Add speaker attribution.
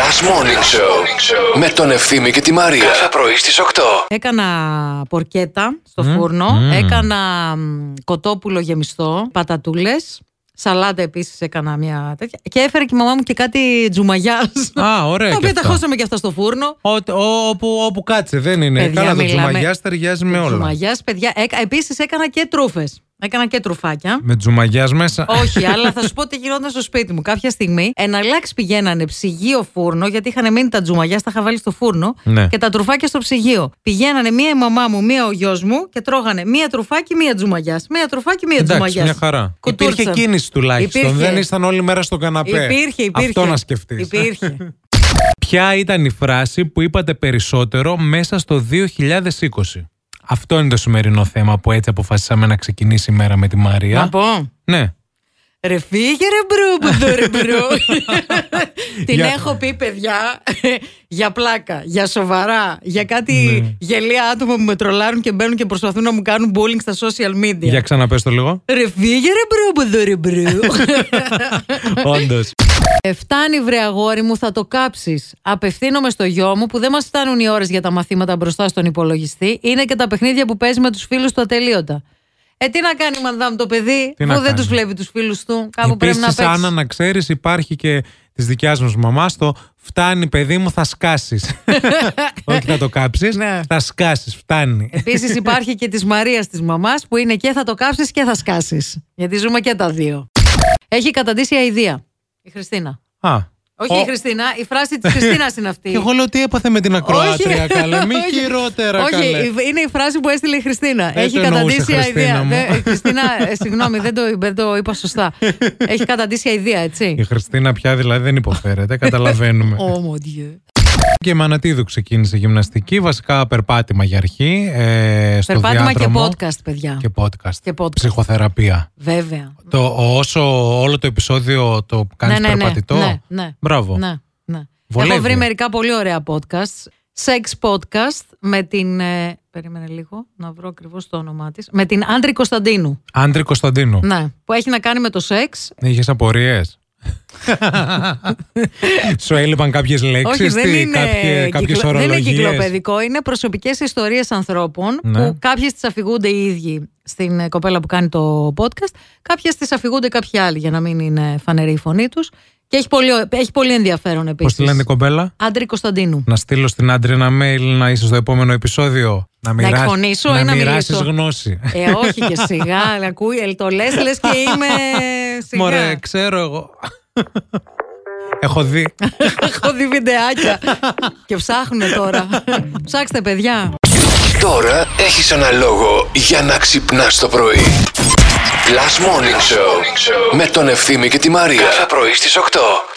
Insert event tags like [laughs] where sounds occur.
Speaker 1: Last Morning Show με τον Ευθύμη και τη Μαρία. Κάθε πρωί στις 8.
Speaker 2: Έκανα πορκέτα στο φούρνο, έκανα μ, κοτόπουλο γεμιστό, πατατούλες, σαλάτα επίσης έκανα μια τέτοια και έφερε και η μαμά μου και κάτι τζουμαγιάς.
Speaker 3: Α, ωραία.
Speaker 2: Τα
Speaker 3: Ε, και
Speaker 2: οποία τα
Speaker 3: αυτά.
Speaker 2: χώσαμε και αυτά στο φούρνο.
Speaker 3: Ό, ό, όπου, όπου κάτσε, δεν είναι.
Speaker 2: Παιδιά,
Speaker 3: Καλά, το
Speaker 2: μιλάμε.
Speaker 3: τζουμαγιάς ταιριάζει με Ε, όλα.
Speaker 2: Τζουμαγιάς, παιδιά. Έκα, επίσης έκανα και τρούφες. Έκανα και τρουφάκια.
Speaker 3: Με τζουμαγιάς μέσα.
Speaker 2: Όχι, αλλά θα σου πω τι γινόταν στο σπίτι μου. Κάποια στιγμή εναλλάξει πηγαίνανε ψυγείο φούρνο, γιατί είχαν μείνει τα τζουμαγιά, τα είχα βάλει στο φούρνο
Speaker 3: Ναι.
Speaker 2: και τα τρουφάκια στο ψυγείο. Πηγαίνανε μία η μαμά μου, μία ο γιος μου και τρώγανε μία τρουφάκι, μία τζουμαγιάς. Μία τρουφάκι, μία
Speaker 3: Εντάξει,
Speaker 2: τζουμαγιάς.
Speaker 3: μια χαρά.
Speaker 2: Κουτούρτσαν.
Speaker 3: Υπήρχε κίνηση τουλάχιστον.
Speaker 2: Υπήρχε.
Speaker 3: Δεν ήσταν όλοι μέρα στον καναπέ.
Speaker 2: Υπήρχε, υπήρχε.
Speaker 3: Αυτό να σκεφτείς.
Speaker 2: Υπήρχε.
Speaker 3: Ποια ήταν η φράση που είπατε περισσότερο μέσα στο 2020. Αυτό είναι το σημερινό θέμα που έτσι αποφασίσαμε να ξεκινήσει η μέρα με τη Μαρία.
Speaker 2: Να πω.
Speaker 3: Ναι.
Speaker 2: Ρε φύγε ρε μπρου, μπουδού, ρε
Speaker 3: [laughs]
Speaker 2: μπρου. Την
Speaker 3: Για-
Speaker 2: έχω πει παιδιά [laughs] για πλάκα, για σοβαρά, για κάτι
Speaker 3: Ναι.
Speaker 2: γελία άτομα που με τρολάρουν και μπαίνουν και προσπαθούν να μου κάνουν bullying στα social media.
Speaker 3: Για ξαναπες
Speaker 2: [laughs]
Speaker 3: το λίγο.
Speaker 2: Ρε φύγε ρε μπρου, μπουδού, ρε
Speaker 3: [laughs]
Speaker 2: μπρου.
Speaker 3: Όντως.
Speaker 2: Ε, Φτάνει βρε αγόρι μου, θα το κάψεις. Απευθύνομαι στο γιο μου που δεν μας φτάνουν οι ώρες για τα μαθήματα μπροστά στον υπολογιστή. Είναι και τα παιχνίδια που παίζει με τους φίλους του ατελείωτα. Ε, τι να κάνει μανδάμ το παιδί
Speaker 3: Τι να
Speaker 2: που δεν
Speaker 3: κάνει.
Speaker 2: τους βλέπει τους φίλους του. Κάπου πρέπει να
Speaker 3: Επίση,
Speaker 2: παίξει.
Speaker 3: Άννα, να ξέρεις, υπάρχει και της δικιάς μας μαμάς το φτάνει, παιδί μου, θα σκάσεις.
Speaker 2: [laughs]
Speaker 3: Όχι, θα το κάψεις.
Speaker 2: Ναι.
Speaker 3: Θα σκάσεις, φτάνει.
Speaker 2: Επίσης υπάρχει και της Μαρίας της μαμάς που είναι και θα το κάψεις και θα σκάσεις. Γιατί ζούμε και τα δύο. Έχει καταντήσει η αηδία. Η Χριστίνα.
Speaker 3: Α.
Speaker 2: Όχι
Speaker 3: Ο-
Speaker 2: η Χριστίνα, η φράση της Χριστίνας είναι αυτή.
Speaker 3: [laughs] Και εγώ λέω τι έπαθε με την ακροάτρια,
Speaker 2: [laughs] Όχι.
Speaker 3: καλέ. Μη
Speaker 2: Όχι.
Speaker 3: χειρότερα,
Speaker 2: Όχι,
Speaker 3: καλέ.
Speaker 2: η- είναι η φράση που έστειλε η Χριστίνα.
Speaker 3: Δεν
Speaker 2: Έχει
Speaker 3: το εννοούσε,
Speaker 2: καταντήσει η
Speaker 3: Χριστίνα
Speaker 2: αηδία.
Speaker 3: μου.
Speaker 2: Δεν- ε, Χριστίνα, ε, συγγνώμη, δεν το, δεν το είπα
Speaker 3: [laughs]
Speaker 2: σωστά. Έχει καταντήσει η αηδία, έτσι.
Speaker 3: Η Χριστίνα πια δηλαδή δεν
Speaker 2: [laughs]
Speaker 3: υποφέρεται, καταλαβαίνουμε.
Speaker 2: Ω, mon Dieu.
Speaker 3: και η Μανατίδου ξεκίνησε γυμναστική, βασικά περπάτημα για αρχή. Ε, στο
Speaker 2: Περπάτημα και
Speaker 3: διάδρομο.
Speaker 2: podcast, παιδιά.
Speaker 3: Και podcast.
Speaker 2: Και podcast.
Speaker 3: Ψυχοθεραπεία.
Speaker 2: Βέβαια.
Speaker 3: Το, όσο όλο το επεισόδιο το κάνεις
Speaker 2: ναι, ναι,
Speaker 3: περπατητό.
Speaker 2: ναι, ναι.
Speaker 3: Μπράβο.
Speaker 2: Ναι, ναι.
Speaker 3: Βολεύει.
Speaker 2: Έχω βρει μερικά πολύ ωραία podcast. Sex podcast με την. ε, περίμενε λίγο να βρω ακριβώς το όνομά της. Με την Άντρη Κωνσταντίνου.
Speaker 3: Άντρη Κωνσταντίνου.
Speaker 2: Ναι, που έχει να κάνει με το σεξ.
Speaker 3: Είχες απορίες.
Speaker 2: [laughs]
Speaker 3: Σου έλειπαν κάποιες λέξει,
Speaker 2: Όχι, δεν είναι,
Speaker 3: κάποιες
Speaker 2: κυκλο- δεν είναι
Speaker 3: ορολογίες.
Speaker 2: κυκλοπαιδικό. Είναι προσωπικές ιστορίες ανθρώπων
Speaker 3: Ναι.
Speaker 2: που κάποιες τις αφηγούνται οι ίδιοι στην ε, κοπέλα που κάνει το podcast, κάποιες τις αφηγούνται κάποιοι άλλοι για να μην είναι φανερή η φωνή τους. Και έχει πολύ, έχει πολύ ενδιαφέρον
Speaker 3: Πώ
Speaker 2: επίση.
Speaker 3: τη λένε την κομπέλα,
Speaker 2: Άντρη Κωνσταντίνου.
Speaker 3: Να στείλω στην άντρη ένα mail να είσαι στο επόμενο επεισόδιο. Να, μοιρά...
Speaker 2: εκφωνήσω ή
Speaker 3: να
Speaker 2: να
Speaker 3: μοιράσεις
Speaker 2: μιλήσω.
Speaker 3: γνώση.
Speaker 2: Ε, όχι και σιγά, αλλά ακούει, ε, το λες, λες και είμαι σιγά.
Speaker 3: Μωρέ, ξέρω εγώ. [laughs] Έχω δει.
Speaker 2: [laughs] Έχω δει βιντεάκια και ψάχνουν τώρα. Ψάξτε παιδιά.
Speaker 1: Τώρα έχεις ένα λόγο για να ξυπνάς το πρωί. Last Morning Show με τον Ευθύμη και τη Μαρία. Κάθε πρωί στις 8.